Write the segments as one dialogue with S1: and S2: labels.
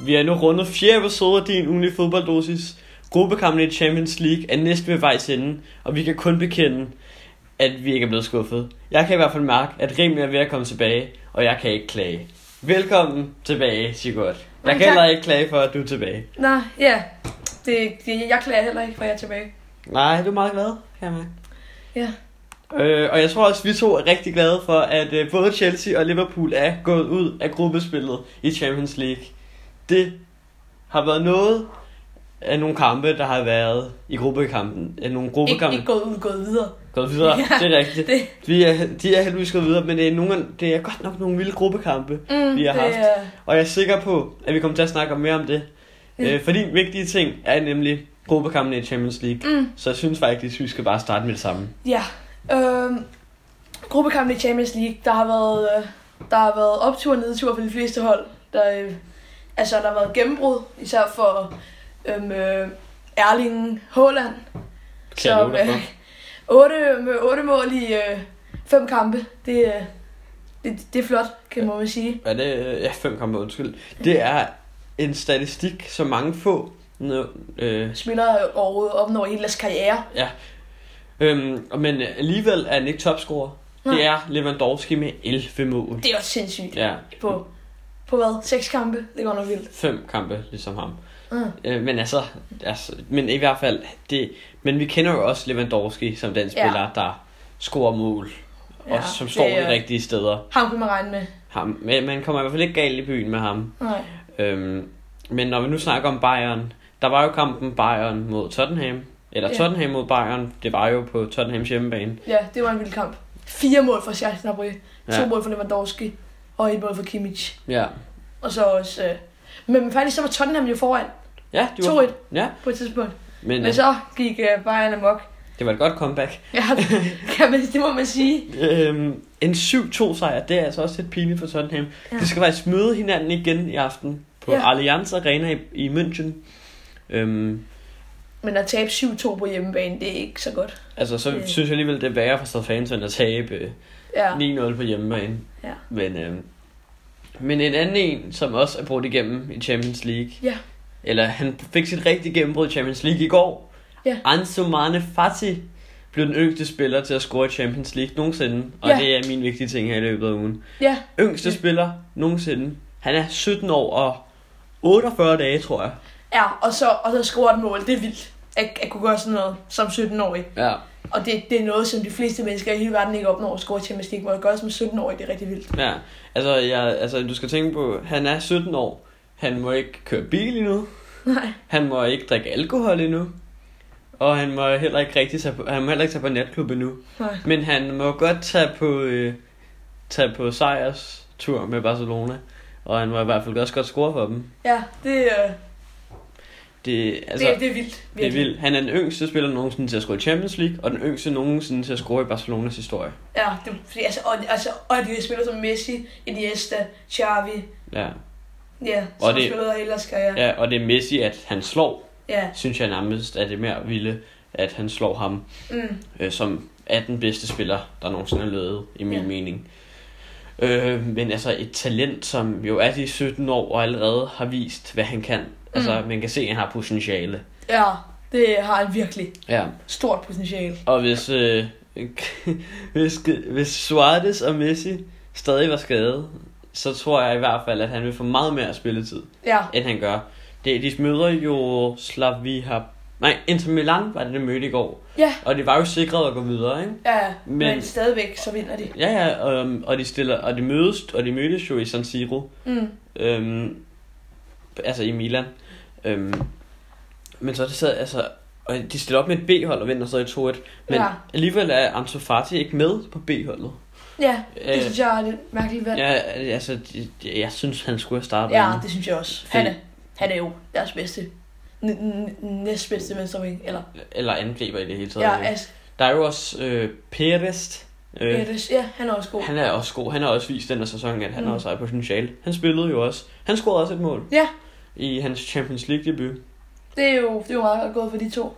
S1: Vi har nu rundet fjerde episode af din ugenlige fodbolddosis. Gruppekampen i Champions League er næsten ved vejs ende, og vi kan kun bekende, at vi ikke er blevet skuffet. Jeg kan i hvert fald mærke, at Rim er ved at komme tilbage, og jeg kan ikke klage. Velkommen tilbage, Sigurd. Jeg
S2: Mange
S1: kan heller
S2: tak.
S1: ikke klage for, at du er tilbage.
S2: Nå, ja. Det, det, jeg klager heller ikke, for jeg er tilbage.
S1: Nej, du er meget glad, kan jeg mærke.
S2: Ja.
S1: Øh, og jeg tror også, vi to er rigtig glade for, at øh, både Chelsea og Liverpool er gået ud af gruppespillet i Champions League. Det har været noget af nogle kampe, der har været i gruppekampen. Af nogle
S2: Ikke,
S1: gruppekampe.
S2: ikke gået ud, gået videre.
S1: Gået videre,
S2: Ja,
S1: ja, det er rigtigt.
S2: det-
S1: Vi er, de er heldigvis gået videre, men det er, nogle, af- det er godt nok nogle vilde gruppekampe.
S2: Mm,
S1: Vi har
S2: det
S1: haft.
S2: er-
S1: Og jeg er sikker på, at vi kommer til at snakke om mere om det.
S2: Ja.
S1: Øh, fordi vigtige ting er nemlig gruppekampen i Champions League.
S2: Mm,
S1: Så jeg synes faktisk, vi skal bare starte med det samme.
S2: ja. Øhm, gruppekampen i Champions League, der har været, øh, der har været optur og nedtur for de fleste hold. Der, øh, altså, der har været gennembrud, især for øhm, øh, Erling Haaland.
S1: Kan jeg love dig
S2: øh,
S1: for.
S2: 8, med 8 mål i øh, fem kampe, det, øh, det, det er flot, kan man vel sige.
S1: Hvad er det? øh, Ja, 5 kampe, undskyld. Det er en statistik, som mange få... Nå, øh,
S2: Spiller overhovedet opnår hele deres karriere.
S1: øhm, men alligevel er han ikke topscorer.
S2: Nej.
S1: Det er Lewandowski med 11 mål.
S2: Det er også sindssygt.
S1: Ja,
S2: På, på hvad? Seks kampe? Det går nok vildt.
S1: fem kampe, ligesom ham.
S2: Mm.
S1: Øh, men altså, altså, men i hvert fald, det, men vi kender jo også Lewandowski som den spiller, der scorer mål, og
S2: Ja,
S1: som
S2: det
S1: står
S2: er-
S1: i rigtige steder.
S2: Ham kunne man regne med.
S1: Ham, men man kommer i hvert fald ikke galt i byen med ham.
S2: Nej.
S1: Øhm, men når vi nu snakker om Bayern, der var jo kampen Bayern mod Tottenham. Eller
S2: Ja.
S1: Tottenham mod Bayern, det var jo på Tottenhams hjemmebane.
S2: Ja, det var en vild kamp. Fire mål for Serge Gnabry. To
S1: Ja.
S2: mål for Lewandowski. Og et mål for Kimmich.
S1: Ja,
S2: Og så også... Øh, men faktisk så var Tottenham jo foran
S1: ja de var,
S2: 2-1
S1: ja
S2: på et tidspunkt.
S1: men
S2: Men
S1: øh,
S2: så gik øh, Bayern amok.
S1: det var et godt comeback.
S2: Ja, kan man, det må man sige.
S1: Øhm, en 7-2 sejr, det er altså også lidt pinligt for Tottenham. Ja.
S2: Ja.
S1: De skal faktisk møde hinanden igen i aften på ja.
S2: Ja.
S1: Allianz Arena i, i München. Øhm,
S2: Men at tabe 7-2 på hjemmebane, det er ikke så godt.
S1: altså, så
S2: Det-
S1: synes jeg alligevel, det er værre for Southampton at tabe øh,
S2: Ja.
S1: 9-0 på hjemmebane.
S2: Ja.
S1: Men, øh, men en anden en, som også er brugt igennem i Champions League.
S2: Ja.
S1: Eller han fik sit rigtige gennembrud i Champions League i går.
S2: Ja.
S1: Ansu Mane Fati blev den yngste spiller til at score i Champions League nogensinde. Og
S2: Ja.
S1: det er min vigtige ting her i løbet af ugen.
S2: Ja,
S1: Yngste
S2: Ja.
S1: spiller nogensinde. Han er 17 år og 48 dage, tror jeg.
S2: ja og, så, og så score et mål. Det er vildt. At, at kunne gøre sådan noget som 17-årig.
S1: Ja.
S2: Og det, det er noget, som de fleste mennesker i hele verden ikke opnår at score i Champions League. Hvor jeg gør som 17-årig, det er rigtig vildt.
S1: Ja, altså, jeg, altså du skal tænke på, han er 17 år. Han må ikke køre bil endnu.
S2: Nej.
S1: Han må ikke drikke alkohol endnu. Og han må heller ikke rigtig tage på, han må heller ikke tage på natklub endnu.
S2: Nej.
S1: Men han må godt tage på, øh, tage på sejrs tur med Barcelona. Og han må i hvert fald også godt score for dem.
S2: Ja, det, øh,
S1: Det, altså,
S2: altså, det, det er vildt.
S1: det er vildt. Han er den yngste spiller nogensinde til at score i Champions League, og den yngste nogensinde til at score i Barcelonas historie.
S2: Ja, det, fordi, altså, og, altså, og de spiller som Messi, Iniesta, Xavi,
S1: Ja.
S2: ja, som
S1: Og det-
S2: det, spillede hele deres karriere. Ja.
S1: ja, og det er Messi, at han slår,
S2: ja.
S1: synes jeg nærmest, at det er mere vilde, at han slår ham
S2: Mm.
S1: øh, som er den bedste spiller, der nogensinde er løbet, i min ja.
S2: Ja.
S1: mening. Øh, men altså et talent, som jo er de 17 år og allerede har vist, hvad han kan. Altså man kan se, at han har potentiale.
S2: ja, det har en virkelig
S1: Ja.
S2: stort potentiale.
S1: Og hvis, øh, hvis, hvis Suarez og Messi stadig var skadet, så tror jeg i hvert fald, at han vil få meget mere spilletid,
S2: Ja,
S1: end han gør. Det, de møder jo Slavia... Nej, Inter Milan var det, det mødte i går.
S2: ja,
S1: Og det var jo sikret at gå videre, ikke?
S2: ja men,
S1: Men-
S2: men stadigvæk så vinder de.
S1: Ja, ja, og, og de stiller, og de mødes, og de mødes jo i San Siro,
S2: Mm.
S1: øhm, altså i Milan. Øhm, men så er det så, altså, og de stiller op med et B-hold og vinder så i 2-1, men ja.
S2: Ja.
S1: alligevel er Ansu Fati ikke med på B-holdet.
S2: Ja,
S1: Øh,
S2: det synes jeg er lidt mærkeligt valg.
S1: Ja, altså, de- de- jeg synes, han skulle have startet.
S2: Ja,
S1: inden.
S2: det synes jeg også.
S1: Fordi-
S2: Han er, han er jo deres bedste. N- n- næstbedste venstreving, eller?
S1: Eller angriber i det hele taget.
S2: Ja,
S1: Ja,
S2: As-
S1: der er jo også øh, Perest. Øh,
S2: Perez. ja, han er også god.
S1: Han er også god. Han har også vist den her sæson, at han mm.
S2: Mm.
S1: også er potentiale. Han spillede jo også. Han scorede også et mål.
S2: Ja.
S1: I hans Champions League debut.
S2: Det er jo, det er jo meget godt gået for de to.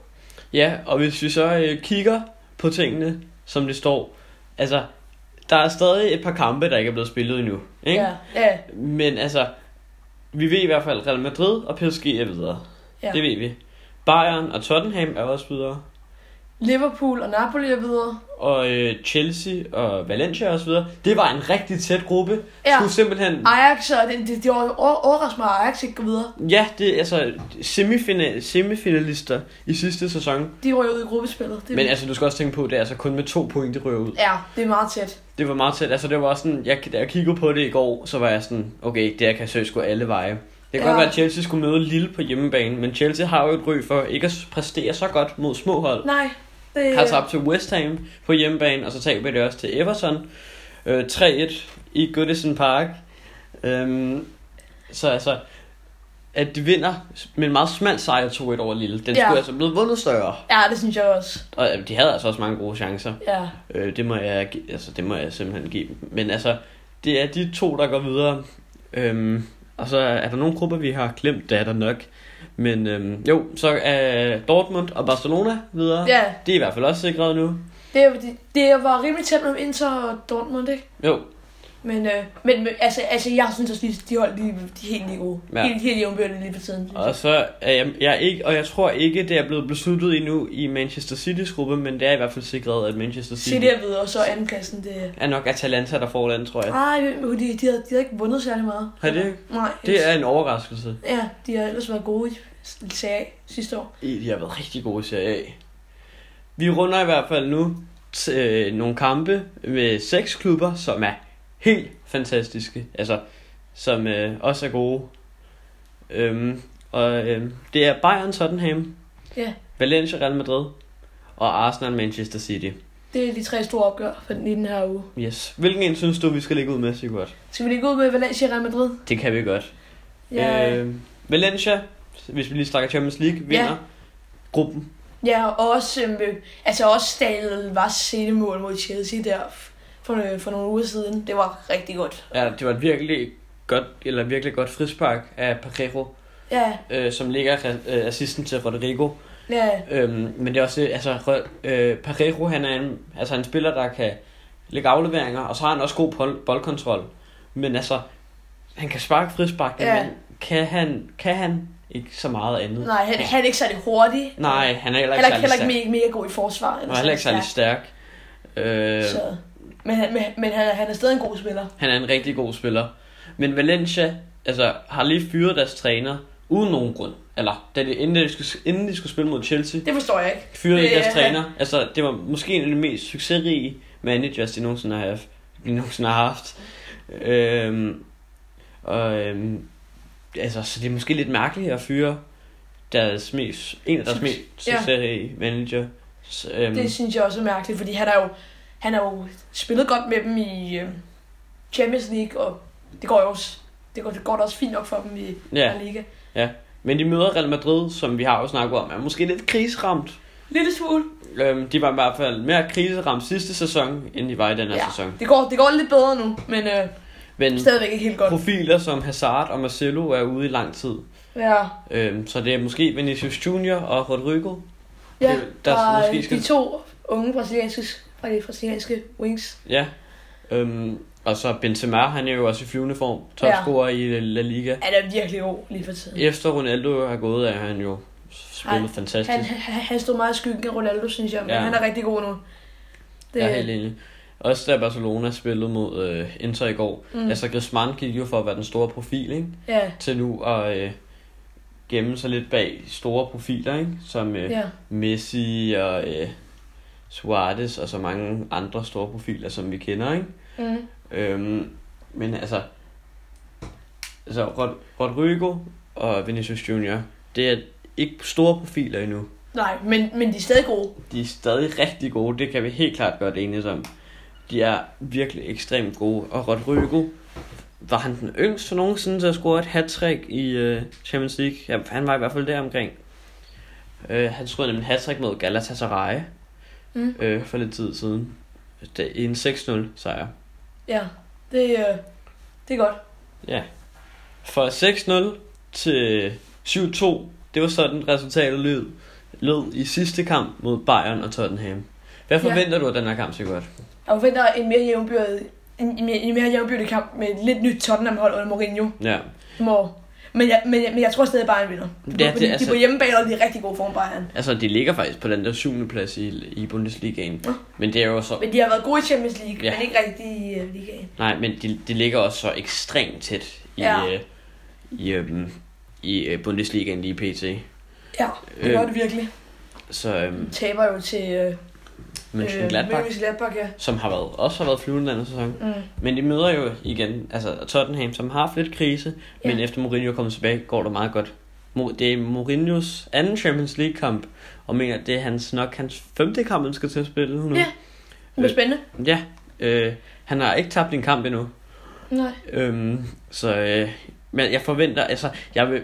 S1: Ja, og hvis vi så øh, kigger på tingene, som det står. Altså, der er stadig et par kampe, der ikke er blevet spillet endnu. Ikke?
S2: Ja, ja,
S1: Men altså, Vi ved i hvert fald, at Real Madrid og PSG er videre.
S2: Ja.
S1: Det ved vi. Bayern og Tottenham er også videre.
S2: Liverpool og Napoli er videre.
S1: Og øh, Chelsea og Valencia er også videre. Det var en rigtig tæt gruppe.
S2: Ja.
S1: Skulle simpelthen...
S2: Ajax, og det, det, det over- overrasker mig, at Ajax ikke går videre.
S1: Ja, det er altså semifinal, semifinalister i sidste sæson.
S2: De røg ud i gruppespillet. Det,
S1: Men altså, du skal også tænke på, at det er altså kun med to point, det ryger ud.
S2: Ja, det er meget tæt.
S1: Det var meget tæt. Altså, det var også sådan, jeg, da jeg kiggede på det i går, så var jeg sådan, okay, det her kan søge sgu alle veje. Det kan
S2: Ja.
S1: godt være, at Chelsea skulle møde Lille på hjemmebane, men Chelsea har jo et ry for ikke at præstere så godt mod små hold.
S2: Nej, det
S1: Har tabt til West Ham på hjemmebane, og så taber det også til Everton. Øh, 3-1 i Goodison Park. Øhm, så altså, at de vinder med en meget smal sejr 2-1 over Lille. Den
S2: Ja.
S1: ja. skulle altså blive vundet større.
S2: Ja, det synes jeg også.
S1: Og øh, de havde altså også mange gode chancer.
S2: Ja.
S1: Øh, det, må jeg, gi- altså, det må jeg simpelthen give dem. Men altså, det er de to, der går videre. Øhm, og så er der nogle grupper, vi har glemt, det er der nok. Men øhm, jo, så er Dortmund og Barcelona videre.
S2: Ja,
S1: Det er i hvert fald også sikret nu.
S2: det, er- det, det var rimelig tæt mellem Inter og Dortmund, ikke?
S1: Jo,
S2: Men, øh, men, men altså, altså, jeg synes også, at de hold de, de er helt lige gode. Ja.
S1: Ja.
S2: Helt, helt jævnbørende lige på tiden.
S1: og så er jeg, jeg er ikke, og jeg tror ikke, det er blevet besluttet endnu i Manchester City's gruppe, men det er i hvert fald sikret, at Manchester City,
S2: Se det videre, og så andenpladsen, det...
S1: er nok Atalanta, der får den, tror jeg.
S2: Nej, de, de, de, havde, de havde ikke vundet særlig meget.
S1: Har de ikke?
S2: Nej.
S1: Det er en overraskelse.
S2: Ja, de har ellers været gode i Serie A sidste år.
S1: I, de har været rigtig gode i Serie A. Vi runder i hvert fald nu t- øh, nogle kampe med seks klubber, som er helt fantastiske. Altså, som øh, også er gode. Øhm, og øhm, det er Bayern Tottenham,
S2: Ja,
S1: Valencia Real Madrid og Arsenal Manchester City.
S2: det er de tre store opgør for den, i den her uge.
S1: Yes. Hvilken en synes du, vi skal lægge ud med, Sigurd?
S2: Skal vi lige gå ud med Valencia og Real Madrid?
S1: Det kan vi godt.
S2: Ja, øh.
S1: Øh, Valencia, hvis vi lige snakker Champions League, vinder
S2: Ja.
S1: gruppen.
S2: ja og også, øhm, altså også Stahl var mål mod Chelsea der f- for, øh, for nogle uger siden. Det var rigtig godt.
S1: Ja, det var et virkelig godt, eller virkelig godt frispark af Parejo,
S2: Ja,
S1: øh, som ligger øh, assisten til Rodrigo.
S2: ja,
S1: Øhm, men det er også, altså, Ro- øh, Parejo, han er en, altså en spiller, der kan lægge afleveringer, og så har han også god pol- boldkontrol. Men altså, han kan sparke frispark,
S2: Ja.
S1: ja. men kan han, kan han ikke så meget andet.
S2: Nej, han, han er ikke særlig hurtig.
S1: Nej, han er heller
S2: Han er
S1: ikke
S2: ikke-
S1: særlig
S2: heller ikke
S1: stærk.
S2: mega, mega god i forsvar.
S1: Han er heller ikke særlig stærk. Øh,
S2: Så. Men, han, men, men han, er- han er stadig en god spiller.
S1: Han er en rigtig god spiller. Men Valencia altså, har lige fyret deres træner uden nogen grund. Eller da de, inden, de skulle, inden de skulle spille mod Chelsea,
S2: Det forstår jeg ikke.
S1: fyrede de
S2: Det er-
S1: deres træner. Altså, det var måske en af de mest succesrige managers, de nogensinde har haft. De nogensinde har haft. Øhm, og, øhm, altså, så det er måske lidt mærkeligt at fyre deres mest, en af deres mest
S2: Ja.
S1: succesrige manager. Så, Øhm,
S2: Det synes jeg også er mærkeligt, fordi han er jo, han er jo spillet godt med dem i øh, Champions League, og det går jo også, det går, det går da også fint nok for dem i
S1: ja.
S2: La Liga.
S1: Men de møder Real Madrid, som vi har jo snakket om, er måske lidt krigsramt.
S2: Lille smule.
S1: Øhm, de var i hvert fald mere kriseramt sidste sæson, end de var i den her
S2: Ja.
S1: ja. sæson.
S2: Det går, det går lidt bedre nu, men øh,
S1: Men
S2: stadigvæk ikke helt godt.
S1: profiler som Hazard og Marcelo er ude i lang tid.
S2: Ja,
S1: Øhm, så det er måske Vinicius Junior og Rodrigo.
S2: ja
S1: Det- der
S2: der
S1: er
S2: var
S1: måske
S2: øh,
S1: skal-
S2: de to unge brasilianske, fra de brasilianske wings.
S1: Ja. Øhm, og så Benzema, han er jo også i flyvende form. Topscorer i La Liga.
S2: Han er virkelig god lige for tiden.
S1: Efter Ronaldo er gået, er han jo spillet
S2: Ej,
S1: fantastisk.
S2: Han, han, han stod meget i skyggen af Ronaldo, synes jeg, men ja.
S1: Ja.
S2: han er rigtig god nu.
S1: Det... Jeg er helt enig. Også da Barcelona spillede mod øh, Inter i går. Mm.
S2: mm,
S1: Altså Griezmann gik jo for at være den store profil, ikke?
S2: ja,
S1: til nu at øh, gemme sig lidt bag store profiler, ikke? som øh, ja.
S2: ja,
S1: Messi og øh, Suarez og så mange andre store profiler, som vi kender. Ikke?
S2: mm,
S1: Øhm, men altså, altså Rod- Rodrigo og Vinicius Junior, det er ikke store profiler endnu.
S2: nej, men, men de er stadig gode.
S1: De er stadig rigtig gode, det kan vi helt klart godt enes om. De er virkelig ekstremt gode, og Rodrigo, var han den yngste nogensinde til at score et hat i øh, Champions League? Ja, han var i hvert fald der omkring. Øh, han scorede nemlig hat mod Galatasaray
S2: Mm.
S1: øh, for lidt tid siden. Det er en 6-0 sejr.
S2: Ja, det, øh, det er godt.
S1: Ja. Fra 6-0 til 7-2, det var sådan resultatet lød, lød i sidste kamp mod Bayern og Tottenham. Hvad
S2: Ja.
S1: forventer du af den her kamp, Sigurd?
S2: Jeg forventer en mere jævnbyrdig, en, en mere, en mere jævnbyrdig kamp med et lidt nyt Tottenham-hold under Mourinho.
S1: Ja,
S2: Må, Men jeg, men, jeg, men jeg tror stadig, at Bayern vinder. De,
S1: Ja,
S2: ja, det,
S1: det
S2: de,
S1: er
S2: altså... de
S1: så-
S2: er på hjemmebane, og de er i rigtig gode form, Bayern.
S1: Altså, de ligger faktisk på den der syvende plads i, i Bundesligaen.
S2: Ja.
S1: Men det er jo så...
S2: Men de har været gode i Champions League,
S1: Ja.
S2: ja. men ikke rigtig i uh, ligaen.
S1: Nej, men de, de ligger også så ekstremt tæt i,
S2: Ja.
S1: ja. i, øhm, i øh, Bundesligaen lige pt.
S2: Ja, det
S1: Øh,
S2: øh, var det virkelig.
S1: Så øhm,
S2: De taber jo til øh,
S1: München Gladbach,
S2: München Gladbach, ja.
S1: som har været, også har været flyvende den her sæson.
S2: Mm.
S1: Men de møder jo igen altså Tottenham, som har haft lidt krise,
S2: Ja.
S1: men efter Mourinho kommer tilbage, går det meget godt. Mo- Det er Mourinhos anden Champions League-kamp, og mener, det er hans, nok hans femte kamp, han skal til at spille nu.
S2: Ja. Det
S1: Øh,
S2: var spændende.
S1: ja øh, han har ikke tabt en kamp endnu.
S2: Nej.
S1: Øhm, så, øh, men jeg forventer, altså, jeg vil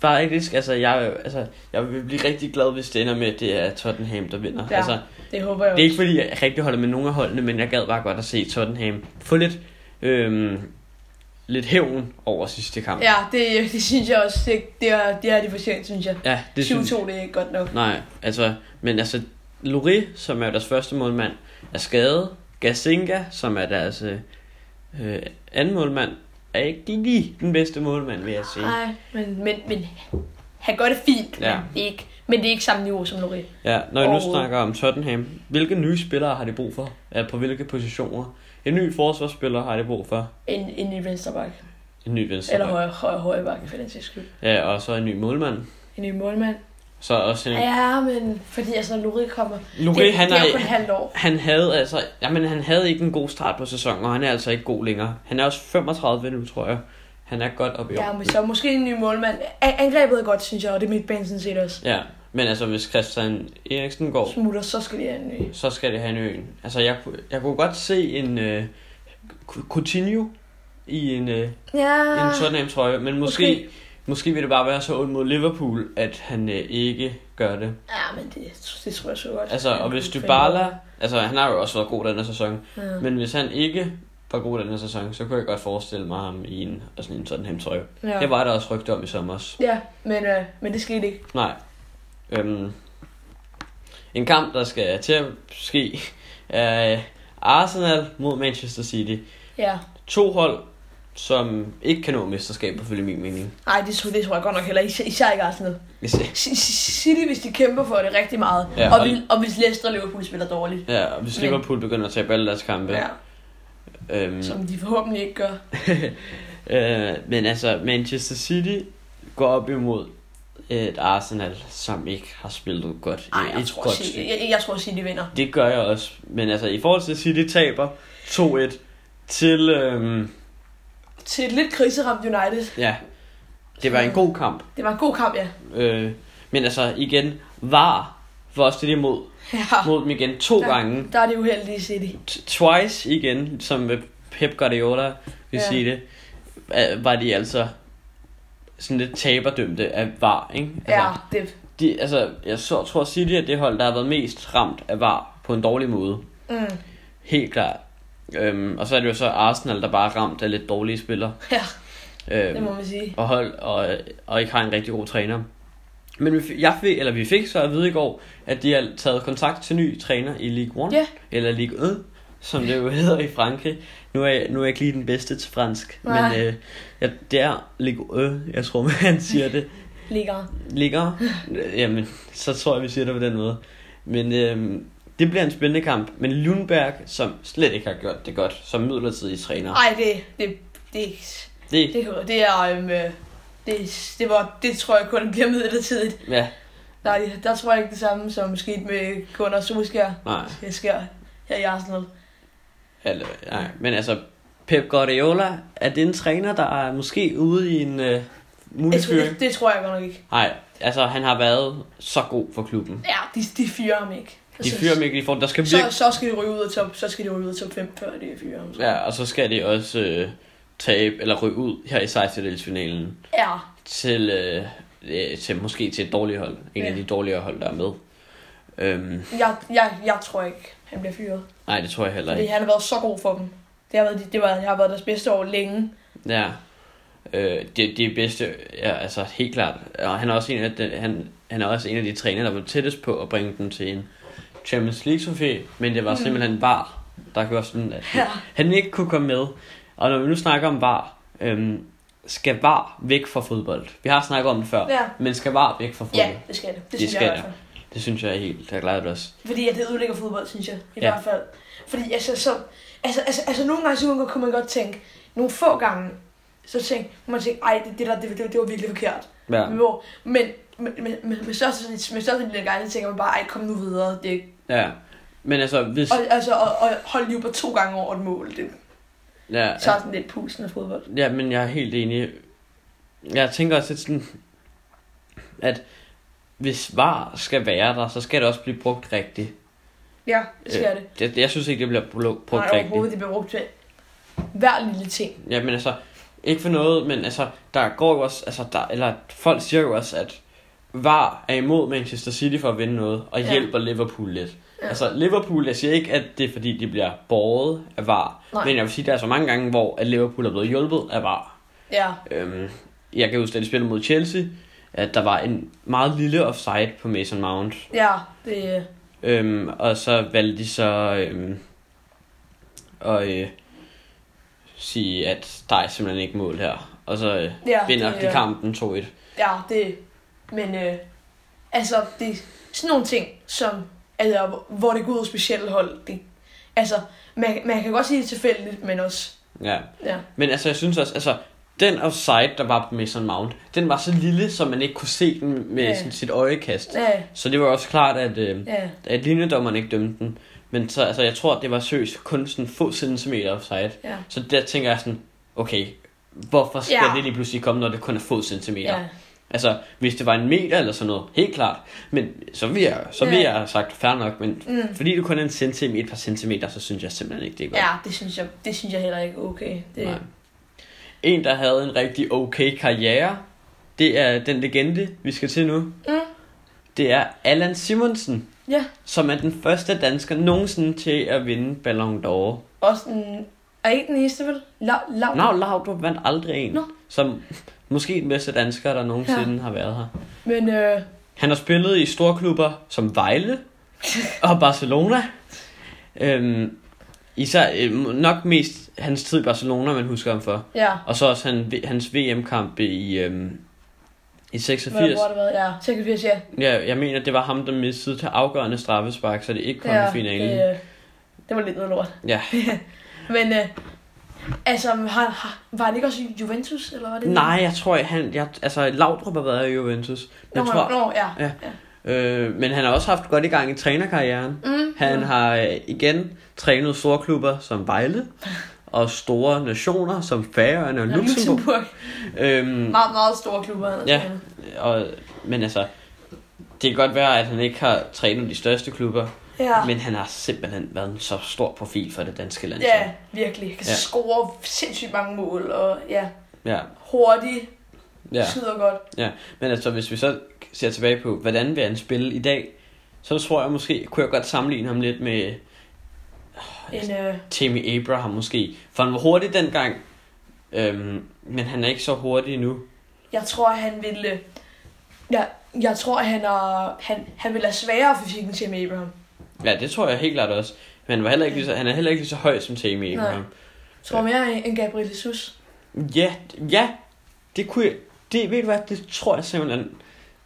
S1: faktisk, altså, jeg, altså, jeg vil blive rigtig glad, hvis det ender med, at det er Tottenham, der vinder.
S2: Ja.
S1: Altså,
S2: Det håber jeg
S1: det er
S2: også.
S1: ikke fordi, jeg rigtig holder med nogen af holdene, men jeg gad bare godt at se Tottenham få lidt, øhm, lidt hævn over sidste kamp.
S2: Ja, det, det synes jeg også. Det, det, er, det er de fortjent, synes jeg.
S1: ja det synes
S2: 7-2, det er ikke godt nok.
S1: Nej, altså, men altså, Lori, som er deres første målmand, er skadet. Gasinga, som er deres øh, øh, anden målmand, er ikke lige den bedste målmand, vil jeg sige.
S2: Nej, men, men, men han gør det fint,
S1: Ja.
S2: ja. men, det er ikke, men det er ikke samme niveau som Loré.
S1: Ja, når jeg nu
S2: Og-
S1: snakker om Tottenham, hvilke nye spillere har de brug for? Ja, på hvilke positioner? En ny forsvarsspiller har de brug for.
S2: En, en i venstre bak.
S1: En ny venstre.
S2: Eller højre, højre, højre bak, for den sags skyld.
S1: Ja, og så en ny målmand.
S2: En ny målmand.
S1: Så også en...
S2: Ja, ja men fordi altså, når Loré kommer...
S1: Lure,
S2: det,
S1: han,
S2: det er jo
S1: er,
S2: kun et halvt år.
S1: han havde altså... Jamen, han havde ikke en god start på sæsonen, og han er altså ikke god længere. Han er også 35 nu, tror jeg. Han er godt oppe i
S2: Ja,
S1: år.
S2: men så måske en ny målmand. A- angrebet er godt, synes jeg, og det er midtbanen sådan set også.
S1: Ja, men altså, hvis Christian Eriksen går,
S2: Smutter, så skal de have en ny.
S1: så skal det have en øen. Altså, jeg, kunne- jeg kunne godt se en... Øh, Coutinho i en... Øh,
S2: Ja,
S1: en Tottenham-trøje, men måske, måske.
S2: Måske.
S1: måske vil det bare være så ondt mod Liverpool, at han øh, ikke gør det.
S2: ja men det, det tror jeg så godt.
S1: Altså,
S2: Han er
S1: og hvis
S2: en god fan.
S1: Dybala, altså han har jo også været god den her sæson,
S2: Ja.
S1: men hvis han ikke var god den her sæson, så kunne jeg godt forestille mig ham i en, og sådan en Tottenham-trøje.
S2: ja.
S1: Det var der også rygte om i sommer.
S2: Ja, men, øh, men det skete ikke.
S1: Nej. Øhm, en kamp, der skal til at ske, er øh, Arsenal mod Manchester City.
S2: Ja.
S1: To hold, som ikke kan nå mesterskabet, ifølge min mening.
S2: Nej, det, tror- det tror jeg godt nok heller ikke. Især- Især ikke Arsenal.
S1: Hvis-
S2: C- C- City, hvis de kæmper for det rigtig meget.
S1: Ja,
S2: Ja, og,
S1: og-
S2: vil, og hvis Leicester og Liverpool spiller dårligt.
S1: Ja, og hvis
S2: Men-
S1: Liverpool begynder at tabe alle deres kampe.
S2: Ja,
S1: Øhm,
S2: som de forhåbentlig ikke gør.
S1: øh, men altså, Manchester City går op imod øh, et Arsenal, som ikke har spillet godt. i
S2: Ej, jeg
S1: et
S2: tror,
S1: godt
S2: City,
S1: stykke.
S2: jeg, jeg tror City vinder.
S1: Det gør jeg også. Men altså, i forhold til City taber 2-1 til... Øhm,
S2: Til et lidt kriseramt United.
S1: ja, det var en god kamp.
S2: Det var en god kamp, ja.
S1: Øh, men altså, igen, var for os det imod
S2: ja.
S1: mod dem igen to
S2: Ja.
S1: gange.
S2: Ah, Der er det uheldige City.
S1: T- Twice igen, som Pep Guardiola vil ja.
S2: Ja.
S1: sige det, øh, var de altså sådan lidt taberdømte af VAR, ikke?
S2: Ja,
S1: Altså,
S2: det,
S1: de, altså, jeg så, tror City er det hold, der har været mest ramt af VAR på en dårlig måde.
S2: mm,
S1: Helt klart. Øhm, og så er det jo så Arsenal, der bare er ramt af lidt dårlige spillere.
S2: ja, det
S1: Øhm,
S2: må man sige.
S1: og hold, og, og ikke har en rigtig god træner. Men vi, f- jeg fik, eller vi fik så at vide i går, at de har taget kontakt til ny træner i Ligue 1,
S2: Ja.
S1: eller Ligue 1, som det jo hedder i Frankrig. Nu er, jeg, nu er jeg ikke lige den bedste til fransk,
S2: Nej.
S1: men øh, jeg, det er Ligue 1, jeg tror, man siger det.
S2: Ligger.
S1: Ligger, Øh, jamen, så tror jeg, vi siger det på den måde. Men øh, det bliver en spændende kamp. Men Lundberg, som slet ikke har gjort det godt, som midlertidig træner.
S2: Ej, det, det, det,
S1: Det,
S2: det, det er... Øhm, øh, det, det, var, det tror jeg kun bliver midlertidigt.
S1: ja,
S2: Der, er- der tror jeg ikke det samme, som skete med Gunnar Solskjaer.
S1: nej.
S2: Det sker her i Arsenal.
S1: Eller, nej, men altså, Pep Guardiola, er det en træner, der er måske ude i en øh, mulig
S2: Jeg tror,
S1: fyring?
S2: det, det tror jeg godt nok ikke.
S1: Nej, altså han har været så god for klubben.
S2: Ja, de, de fyrer ham ikke.
S1: De fyrer mig ikke lige for, der skal
S2: Så,
S1: virkelig...
S2: så skal de ryge ud af top, så skal de ryge ud af top 5, før de fyrer ham.
S1: Ja, og så skal de også øh, tabe, eller ryge ud her i 16-delsfinalen
S2: ja.
S1: til, øh, øh, til måske til et dårligt hold. En af
S2: Ja.
S1: de dårligere hold, der er med. Øhm,
S2: Jeg, jeg, jeg tror ikke, han bliver fyret.
S1: nej, det tror jeg heller
S2: Fordi
S1: ikke.
S2: han har været så god for dem. Det har været, det var, jeg har været deres bedste år længe.
S1: Ja. Øh, det, det er bedste, ja, altså helt klart. Og han er også en af de, han, han er også en af de træner, der var tættest på at bringe dem til en Champions League trofæ, men det var simpelthen VAR, der gjorde sådan, at
S2: Mm. Ja.
S1: han ikke kunne komme med. Og når vi nu snakker om VAR, øhm, skal VAR væk fra fodbold? Vi har snakket om det før,
S2: Ja.
S1: men skal VAR væk fra fodbold?
S2: Ja, det skal det. Det,
S1: Det
S2: synes
S1: skal
S2: jeg i hvert fald.
S1: Det synes jeg er helt, jeg glæder det også.
S2: Fordi at det ødelægger fodbold, synes jeg. I
S1: Ja.
S2: hvert fald. Fordi altså, så, altså, altså, altså nogle gange så kunne man godt- kunne man godt tænke, nogle få gange, så tænkte kunne man tænke, ej, det, det, der, det, det, det var virkelig forkert.
S1: Ja.
S2: Men Hvor, men men, men, men, men største, med største del af gangen tænker man bare, ej, kom nu videre. Det, er ikke-
S1: ja. Men altså, hvis...
S2: og, altså, og, og holde liv på to gange over et mål, det
S1: Ja,
S2: tager sådan lidt pulsen af fodbold.
S1: ja, men jeg er helt enig. Jeg tænker også lidt sådan, at hvis VAR skal være der, så skal det også blive brugt rigtigt.
S2: Ja, det skal det.
S1: Jeg, jeg synes ikke, det bliver blu- brugt
S2: Nej,
S1: rigtigt.
S2: overhovedet, det bliver brugt til hver lille ting.
S1: Ja, men altså, ikke for noget, men altså, der går jo også, altså, der, eller folk siger jo også, at VAR er imod Manchester City for at vinde noget, og
S2: Ja.
S1: ja. hjælper Liverpool lidt.
S2: Ja.
S1: Ja. Altså, Liverpool, jeg siger ikke, at det er fordi, de bliver båret af VAR,
S2: Nej.
S1: Nej. men jeg vil sige, der er så mange gange, hvor at Liverpool er blevet hjulpet af VAR.
S2: Ja,
S1: Øhm, jeg kan huske, da de spillede mod Chelsea, at der var en meget lille offside på Mason Mount,
S2: ja, det,
S1: Øhm, og så valgte de så øhm, at øh, sige, at der er simpelthen ikke mål her. Og så øh,
S2: ja,
S1: vinder
S2: Ah, det,
S1: de kampen 2-1.
S2: Ja, det... Men øh, altså, det er sådan nogle ting, som, altså, hvor- hvor det går ud over specielle hold. Det, altså, man, man kan godt sige det er tilfældigt, men også...
S1: Ja.
S2: Ja,
S1: Men altså, jeg synes også, altså, den offside, der var på Mason Mount, den var så lille, så man ikke kunne se den med
S2: Ja.
S1: ja. sådan, sit øjekast.
S2: ja,
S1: Så det var også klart, at, øh,
S2: ja,
S1: at linjedommeren ikke dømte den. Men så, altså, jeg tror, det var seriøst kun sådan få centimeter offside.
S2: ja.
S1: Så der tænker jeg sådan, okay, hvorfor skal
S2: Ja.
S1: ja. det lige pludselig komme, når det kun er få centimeter?
S2: ja.
S1: Altså, hvis det var en meter eller sådan noget, helt klart. Men så vil jeg, så vil
S2: Ja.
S1: jeg have sagt, fair nok, men
S2: Mm.
S1: fordi det kun er en centimeter, et par centimeter, så synes jeg simpelthen ikke, det er godt.
S2: Ja, det synes, jeg, det synes jeg heller ikke er okay. Det,
S1: Nej. En, der havde en rigtig okay karriere, det er den legende, vi skal til nu.
S2: Mm.
S1: Det er Allan Simonsen,
S2: Ja,
S1: som er den første dansker nogensinde til at vinde Ballon d'Or.
S2: også den... Er ikke den eneste, vel? La, la,
S1: Nav Laudrup vandt aldrig en,
S2: Nå.
S1: som måske den bedste dansker, der nogensinde har været her.
S2: Men øh,
S1: Han har spillet i store klubber som Vejle og Barcelona. Øhm, især, øhm, nok mest hans tid i Barcelona, man husker ham for.
S2: ja,
S1: Og så også han, hans VM-kamp i, øhm, i
S2: hvor,
S1: 86.
S2: hvor har det været? Ja, 86, ja.
S1: Ja, jeg mener, det var ham, der mistede til afgørende straffespark, så det ikke kom
S2: ja,
S1: i finalen.
S2: Det, øh, det var lidt noget lort.
S1: Ja.
S2: Men øh, altså, har, har, var han ikke også i Juventus, eller var det?
S1: Nej, jeg tror, at han... Jeg, altså, Laudrup har været i Juventus. Men,
S2: Nå,
S1: jeg tror,
S2: nå, ja.
S1: Ja. øh, men han har også haft godt i gang i trænerkarrieren.
S2: Mm,
S1: Han har øh, igen trænet store klubber som Vejle og store nationer som Færøerne og
S2: Ja,
S1: Luxembourg.
S2: Luxembourg.
S1: Øhm,
S2: Meget, meget store klubber. Han har
S1: Ja.
S2: trænet.
S1: og, men altså, det kan godt være, at han ikke har trænet de største klubber,
S2: ja.
S1: men han har simpelthen været en så stor profil for det danske landshold.
S2: ja, virkelig. Kan
S1: Ja.
S2: score sindssygt mange mål, og ja,
S1: Ja,
S2: hurtig,
S1: ja.
S2: skyder godt.
S1: Men altså, hvis vi så ser tilbage på, hvordan vil han spille i dag, så tror jeg måske, kunne jeg godt sammenligne ham lidt med
S2: En, øh,
S1: Tammy Abraham måske. For han var hurtig dengang, øhm, men han er ikke så hurtig nu.
S2: jeg tror, han ville... øh, Ja, jeg tror, han, er, han, han ville have sværere fysikken til med Abraham.
S1: Ja, det tror jeg helt klart også. Men han, var heller ikke lige så, han er heller ikke lige så høj som Tammy
S2: Nej.
S1: Abraham.
S2: Jeg tror mere end Gabriel Jesus.
S1: Ja, ja, det kunne jeg... Det, ved du hvad, det tror jeg simpelthen,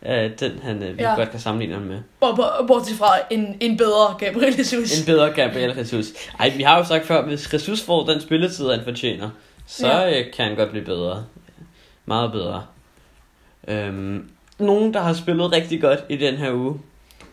S1: øh, den han øh, vi
S2: Ja.
S1: godt kan sammenligne ham med.
S2: Bort, bort, bortset fra en, en bedre Gabriel Jesus.
S1: En bedre Gabriel Jesus. Ej, vi har jo sagt før, hvis Jesus får den spilletid, han fortjener, så
S2: Ja.
S1: ja. kan han godt blive bedre. Meget bedre. Øhm, nogen, der har spillet rigtig godt i den her uge,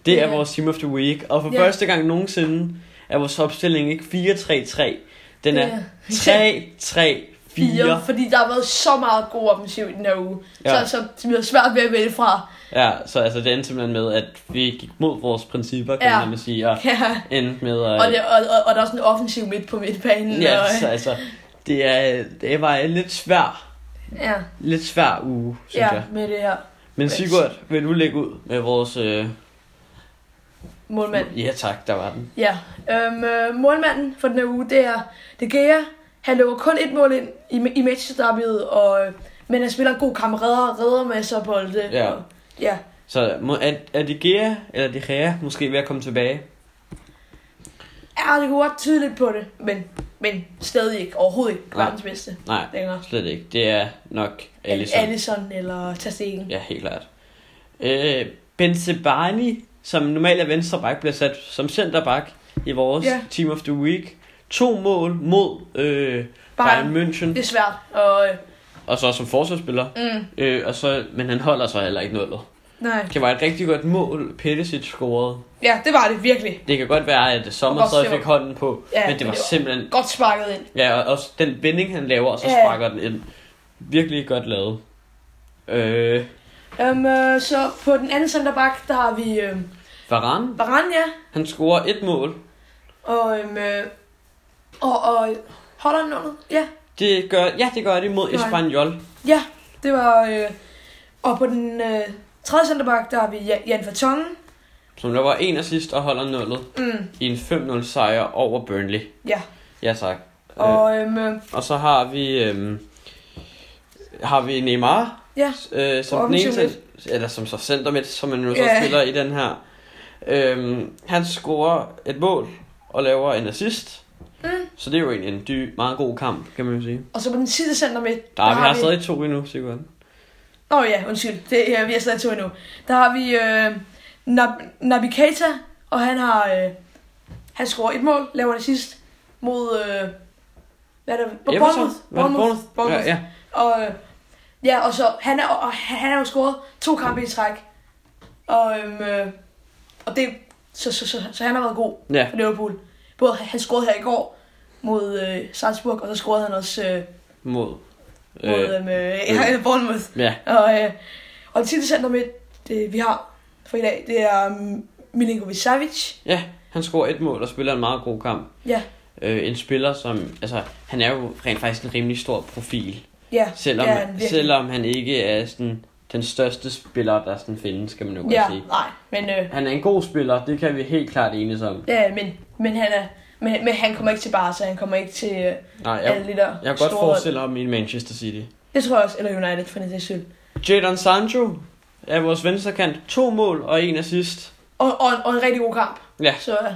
S1: det
S2: Ja.
S1: er vores Team of the Week. Og for
S2: Ja.
S1: første gang nogensinde er vores opstilling ikke 4-3-3. Den er
S2: Ja.
S1: 3-3-4.
S2: Fire, fordi der har været så meget god offensiv i den her uge.
S1: Ja.
S2: Ja. Så, så det bliver svært ved at vælge fra.
S1: Ja, så altså det endte simpelthen med, at vi gik mod vores principper, kan
S2: Ja.
S1: ja. man nærmest sige, og
S2: Ja.
S1: endte med
S2: Og,
S1: at...
S2: det, og, og, og der er sådan en offensiv midt på midtbanen. og,
S1: ja, så altså, det, er, det var en lidt svær,
S2: ja,
S1: lidt svær uge, synes
S2: ja
S1: jeg.
S2: med det her
S1: Men Sigurd, vil du lægge ud med vores... Øh...
S2: målmand.
S1: Ja tak, der var den.
S2: Ja, øhm, øh, målmanden for den her uge, det er De Gea. Han løber kun et mål ind i, i matchsterbyet, og, øh, men han spiller en god kamp, redder, redder masser af bolde.
S1: Ja.
S2: Og, ja,
S1: Så må- er, er det Gea, eller det Gea, måske ved at komme tilbage?
S2: ja, det kunne godt tydeligt på det, men Men stadig ikke, overhovedet ikke,
S1: Nej.
S2: verdens bedste
S1: Nej,
S2: længere.
S1: slet ikke. Det er nok Allison.
S2: Allison eller Tassen.
S1: Ja, helt klart. Øh, ben Sebani, som normalt er venstre back, bliver sat som centerback i vores
S2: Ja.
S1: Team of the Week. To mål mod øh,
S2: Bare,
S1: Bayern München,
S2: det er svært. Og, øh,
S1: og så som forsvarsspiller.
S2: mm,
S1: Øh, og så, men han holder sig heller ikke nullet.
S2: nej.
S1: Det var et rigtig godt mål, Pellisic scorede.
S2: Ja, det var det virkelig.
S1: Det kan godt være, at Sommer
S2: Og
S1: stadig
S2: Silva.
S1: fik hånden på,
S2: Ja,
S1: men det var simpelthen...
S2: godt sparket ind.
S1: Ja, og også den vending, han laver, og så
S2: Ja.
S1: sparker den ind. Virkelig godt lavet. Øh,
S2: Um, øh, så på den anden centerback, der har vi øh,
S1: Varane,
S2: Varane, ja.
S1: han scorer et mål.
S2: Og, øhm, øh, og, og holder nullet. Ja,
S1: Det gør, ja, det gør det mod
S2: Nej.
S1: Espanyol.
S2: ja, det var... Øh, og på den øh, tredje centerback, der har vi Ja- Jan Vertongen.
S1: Som der var en af sidst og holder nullet
S2: Mm,
S1: i en 5-0 sejr over Burnley.
S2: ja,
S1: Ja tak. Og, øh,
S2: og øhm, øh,
S1: og så har vi øhm, har vi Neymar,
S2: ja,
S1: øh, som den
S2: Offensiv
S1: eneste, eller som så center midt, som man jo så
S2: Ja.
S1: spiller i den her. Øhm, han scorer et mål og laver en assist.
S2: Mm.
S1: Så det er jo egentlig en dy, meget god kamp, kan man jo sige.
S2: og så på den sidste center midt,
S1: Der, der vi har stadig to endnu, sikkert.
S2: Nå ja, undskyld, det, øh, vi har stadig to endnu. Der har vi øh, Nab- Naby Keita, og han har... Øh, han scorer et mål, laver det sidst mod... Øh, hvad er det? Bo- Bournemouth.
S1: Var det
S2: Bournemouth.
S1: Bournemouth?
S2: Bournemouth.
S1: Ja, ja.
S2: Og øh, ja, og så han er, og han han har jo scoret to kampe i træk. Og, øhm, øh, og det, så, så, så, så han har været god
S1: ja.
S2: for Liverpool. Både han scorede her i går mod øh, Salzburg, og så scorede han også øh,
S1: Mod.
S2: mod
S1: Øh,
S2: øh, øh, øh. Bournemouth.
S1: ja,
S2: Og, øh, og det sidste center med, det, vi har for i dag, det er um, Milinkovic Savic.
S1: ja. Han scorer et mål og spiller en meget god kamp.
S2: Ja,
S1: øh, en spiller, som, altså, han er jo rent faktisk en rimelig stor profil,
S2: ja.
S1: selvom,
S2: ja,
S1: ja,
S2: virkelig.
S1: selvom han ikke er sådan, den største spiller, der sådan findes, kan man jo godt
S2: Ja,
S1: sige.
S2: nej, men, øh,
S1: Han er en god spiller, det kan vi helt klart enes om.
S2: ja, men, men han er... Men, men han kommer ikke til Barca, han kommer ikke til øh,
S1: Nej, jeg,
S2: alle de der
S1: jeg kan
S2: store
S1: godt forestille ham i Manchester City.
S2: Det tror jeg også, eller United for den sags skyld.
S1: Jadon Sancho er vores venstrekant. To mål og en assist.
S2: Og, og, og en rigtig god kamp.
S1: Ja.
S2: Så øh,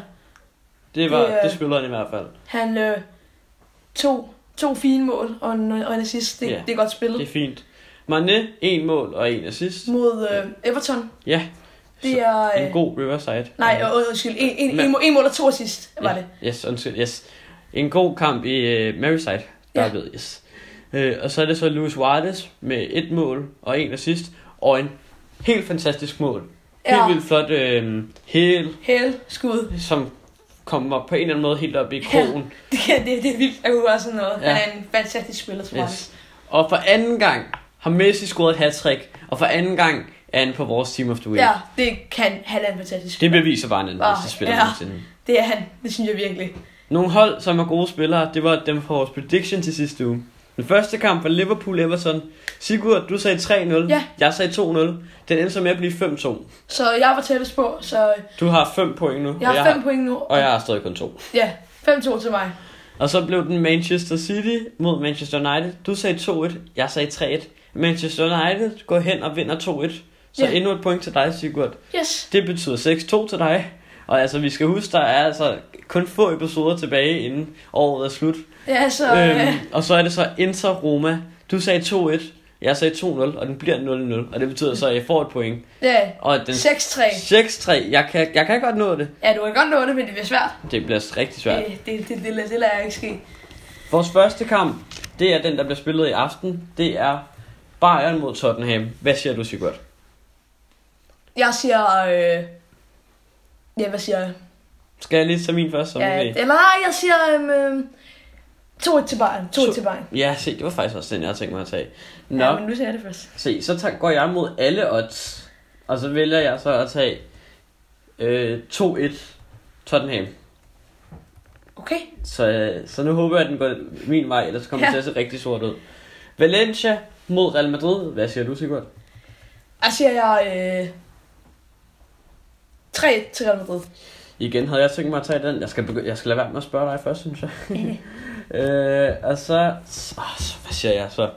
S1: Det var,
S2: Det er-
S1: det, det spiller han i hvert fald.
S2: han øh, tog to fine mål og en, og en assist. Det,
S1: Ja.
S2: det er godt spillet.
S1: Det er fint. Mané, en mål og en assist.
S2: Mod øh, Everton.
S1: Ja,
S2: Det
S1: Så
S2: er... Øh,
S1: en god Riverside.
S2: Nej, øh, undskyld. En, en,
S1: Men-
S2: en, mål- en mål og to assist var
S1: ja.
S2: det.
S1: Yes, undskyld, yes. En god kamp i uh, Maryside, der
S2: Ja.
S1: er blevet, yes. Øh, og så er det så Luis Suarez med et mål og en assist, og en helt fantastisk mål.
S2: Ja.
S1: Helt vildt flot øh, hæl,
S2: Hel, skud.
S1: som kommer på en eller anden måde helt op i
S2: Ja.
S1: krogen.
S2: Det, er- det, det er vildt at kunne gøre sådan noget.
S1: Ja.
S2: Ja. Han er en fantastisk spiller, tror jeg.
S1: Yes. Og for anden gang har Messi scoret et hat og for anden gang er han på vores Team of the Week.
S2: Ja, det kan han er en fantastisk
S1: Det
S2: spiller.
S1: beviser bare, at han er den
S2: Ah,
S1: bedste spiller
S2: ja.
S1: nogensinde.
S2: Det er han. Det synes jeg virkelig.
S1: Nogle hold, som er gode spillere, det var dem fra vores prediction til sidste uge. Den første kamp var Liverpool-Everton. Sigurd, du sagde 3-0.
S2: Ja.
S1: Jeg sagde 2-0. Den endte så med at blive 5-2.
S2: Så jeg var tættest på, så
S1: Du har 5 point nu.
S2: jeg
S1: og, jeg
S2: har fem point nu.
S1: og jeg har stadig kun 2.
S2: Ja, 5-2 til mig.
S1: Og så blev den Manchester City mod Manchester United. Du sagde 2-1. Jeg sagde 3-1. Manchester United går hen og vinder 2-1. Så
S2: Ja.
S1: endnu et point til dig, Sigurd.
S2: Yes.
S1: Det betyder 6-2 til dig. Og altså, vi skal huske, der er altså kun få episoder tilbage, inden året er slut.
S2: Ja, så... Øh,
S1: Øhm, og så er det så Inter Roma. Du sagde 2-1, jeg sagde 2-0, og den bliver 0-0. Og det betyder så, at jeg får et point.
S2: ja,
S1: Og den
S2: 6-3.
S1: 6-3, jeg kan, jeg kan godt nå det.
S2: Ja, du kan godt nå det, men det bliver svært.
S1: Det bliver rigtig
S2: Ja.
S1: svært.
S2: Det, det, det, det, lader- det lader jeg ikke ske.
S1: Vores første kamp, det er den, der bliver spillet i aften. Det er Bayern mod Tottenham. Hvad siger du, Sigurd?
S2: Jeg siger... Øh... Ja, hvad siger jeg?
S1: Skal jeg lige tage min først? Som
S2: Ja,
S1: ja,
S2: eller nej, jeg siger... Øh, 2-1 til Bayern. 2-1 til Bayern.
S1: ja, se, det var faktisk også den, jeg havde tænkt mig at tage. Nå,
S2: Ja, men nu siger jeg det først.
S1: se, så tager, går jeg mod alle odds. Og så vælger jeg så at tage øh, 2-1 Tottenham.
S2: Okay.
S1: Så, øh, så nu håber jeg, at den går min vej, ellers kommer
S2: Ja.
S1: det til at se rigtig sort ud. Valencia mod Real Madrid. Hvad siger du, Sigurd?
S2: Jeg siger jeg... Øh... 3-1 til Real Madrid.
S1: Igen havde jeg tænkt mig at tage den. Jeg skal, begy- jeg skal lade være med at spørge dig først, synes jeg. øh, og så... åh, så- hvad siger jeg så?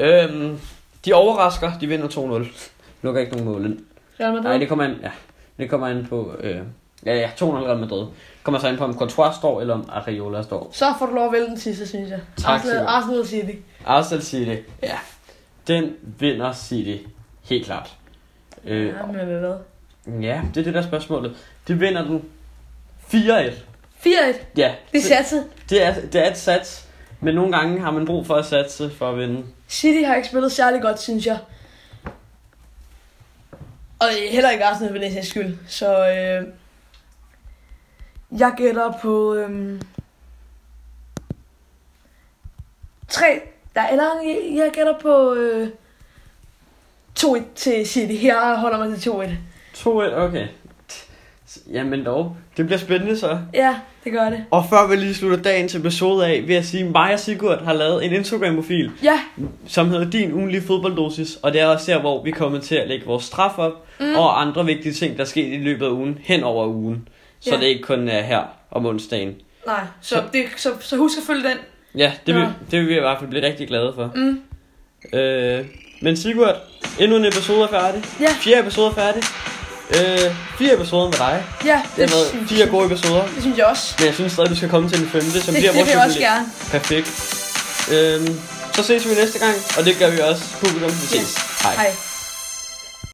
S1: Øhm, de overrasker. De vinder 2-0. Lukker ikke nogen mål ind.
S2: Real Madrid.
S1: Nej, det kommer an, ja, det kommer an på... Øh, ja, ja, 2-0 Real Madrid. Kommer så ind på, om Courtois står, eller om Areola står.
S2: Så får du lov at vælge den sidste, synes jeg.
S1: Tak,
S2: Arsenal,
S1: Simon.
S2: Arsenal City.
S1: Arsenal City, ja. Den vinder City. Helt klart. Øh,
S2: Ja, men ved hvad?
S1: ja, det er det der spørgsmål. Det vinder den 4-1.
S2: 4-1.
S1: Ja,
S2: Det er satset.
S1: det, er, det er et sats. Men nogle gange har man brug for at satse for at vinde.
S2: City har ikke spillet særlig godt, synes jeg. Og heller ikke Arsenal for den sags skyld. Så øh, jeg gætter på øh, 3. Der, eller jeg, jeg gætter på øh, 2-1 til City. Jeg holder mig til 2-1.
S1: 2-1, okay. Jamen dog, det bliver spændende så.
S2: Ja, det gør det.
S1: Og før vi lige slutter dagens episode af, vil jeg sige, at mig og Sigurd har lavet en Instagram-profil,
S2: Ja,
S1: som hedder Din Ugenlige Fodbolddosis, og det er også der, hvor vi kommer til at lægge vores straf op, mm. og andre vigtige ting, der sker i løbet af ugen, hen over ugen. Så
S2: Ja.
S1: det ikke kun er her om onsdagen.
S2: nej. Så,
S1: Så-
S2: det, så, så husk at følge den.
S1: Ja, det vil,
S2: Nå.
S1: det vil vi i hvert fald blive rigtig glade for.
S2: Mm.
S1: Øh, men Sigurd, endnu en episode er færdig.
S2: Ja.
S1: Fjerde episode er færdig. Øh, fire episoder med dig.
S2: Ja,
S1: Det har været
S2: synes-
S1: fire gode episoder.
S2: Det synes jeg også.
S1: Men jeg synes stadig, du skal komme til den femte, som
S2: Det,
S1: bliver
S2: det
S1: vores
S2: vil jeg også
S1: jubilæum.
S2: gerne.
S1: Perfekt. Øhm, så ses vi næste gang, og det gør vi også. Publikum, vi ses.
S2: Hej.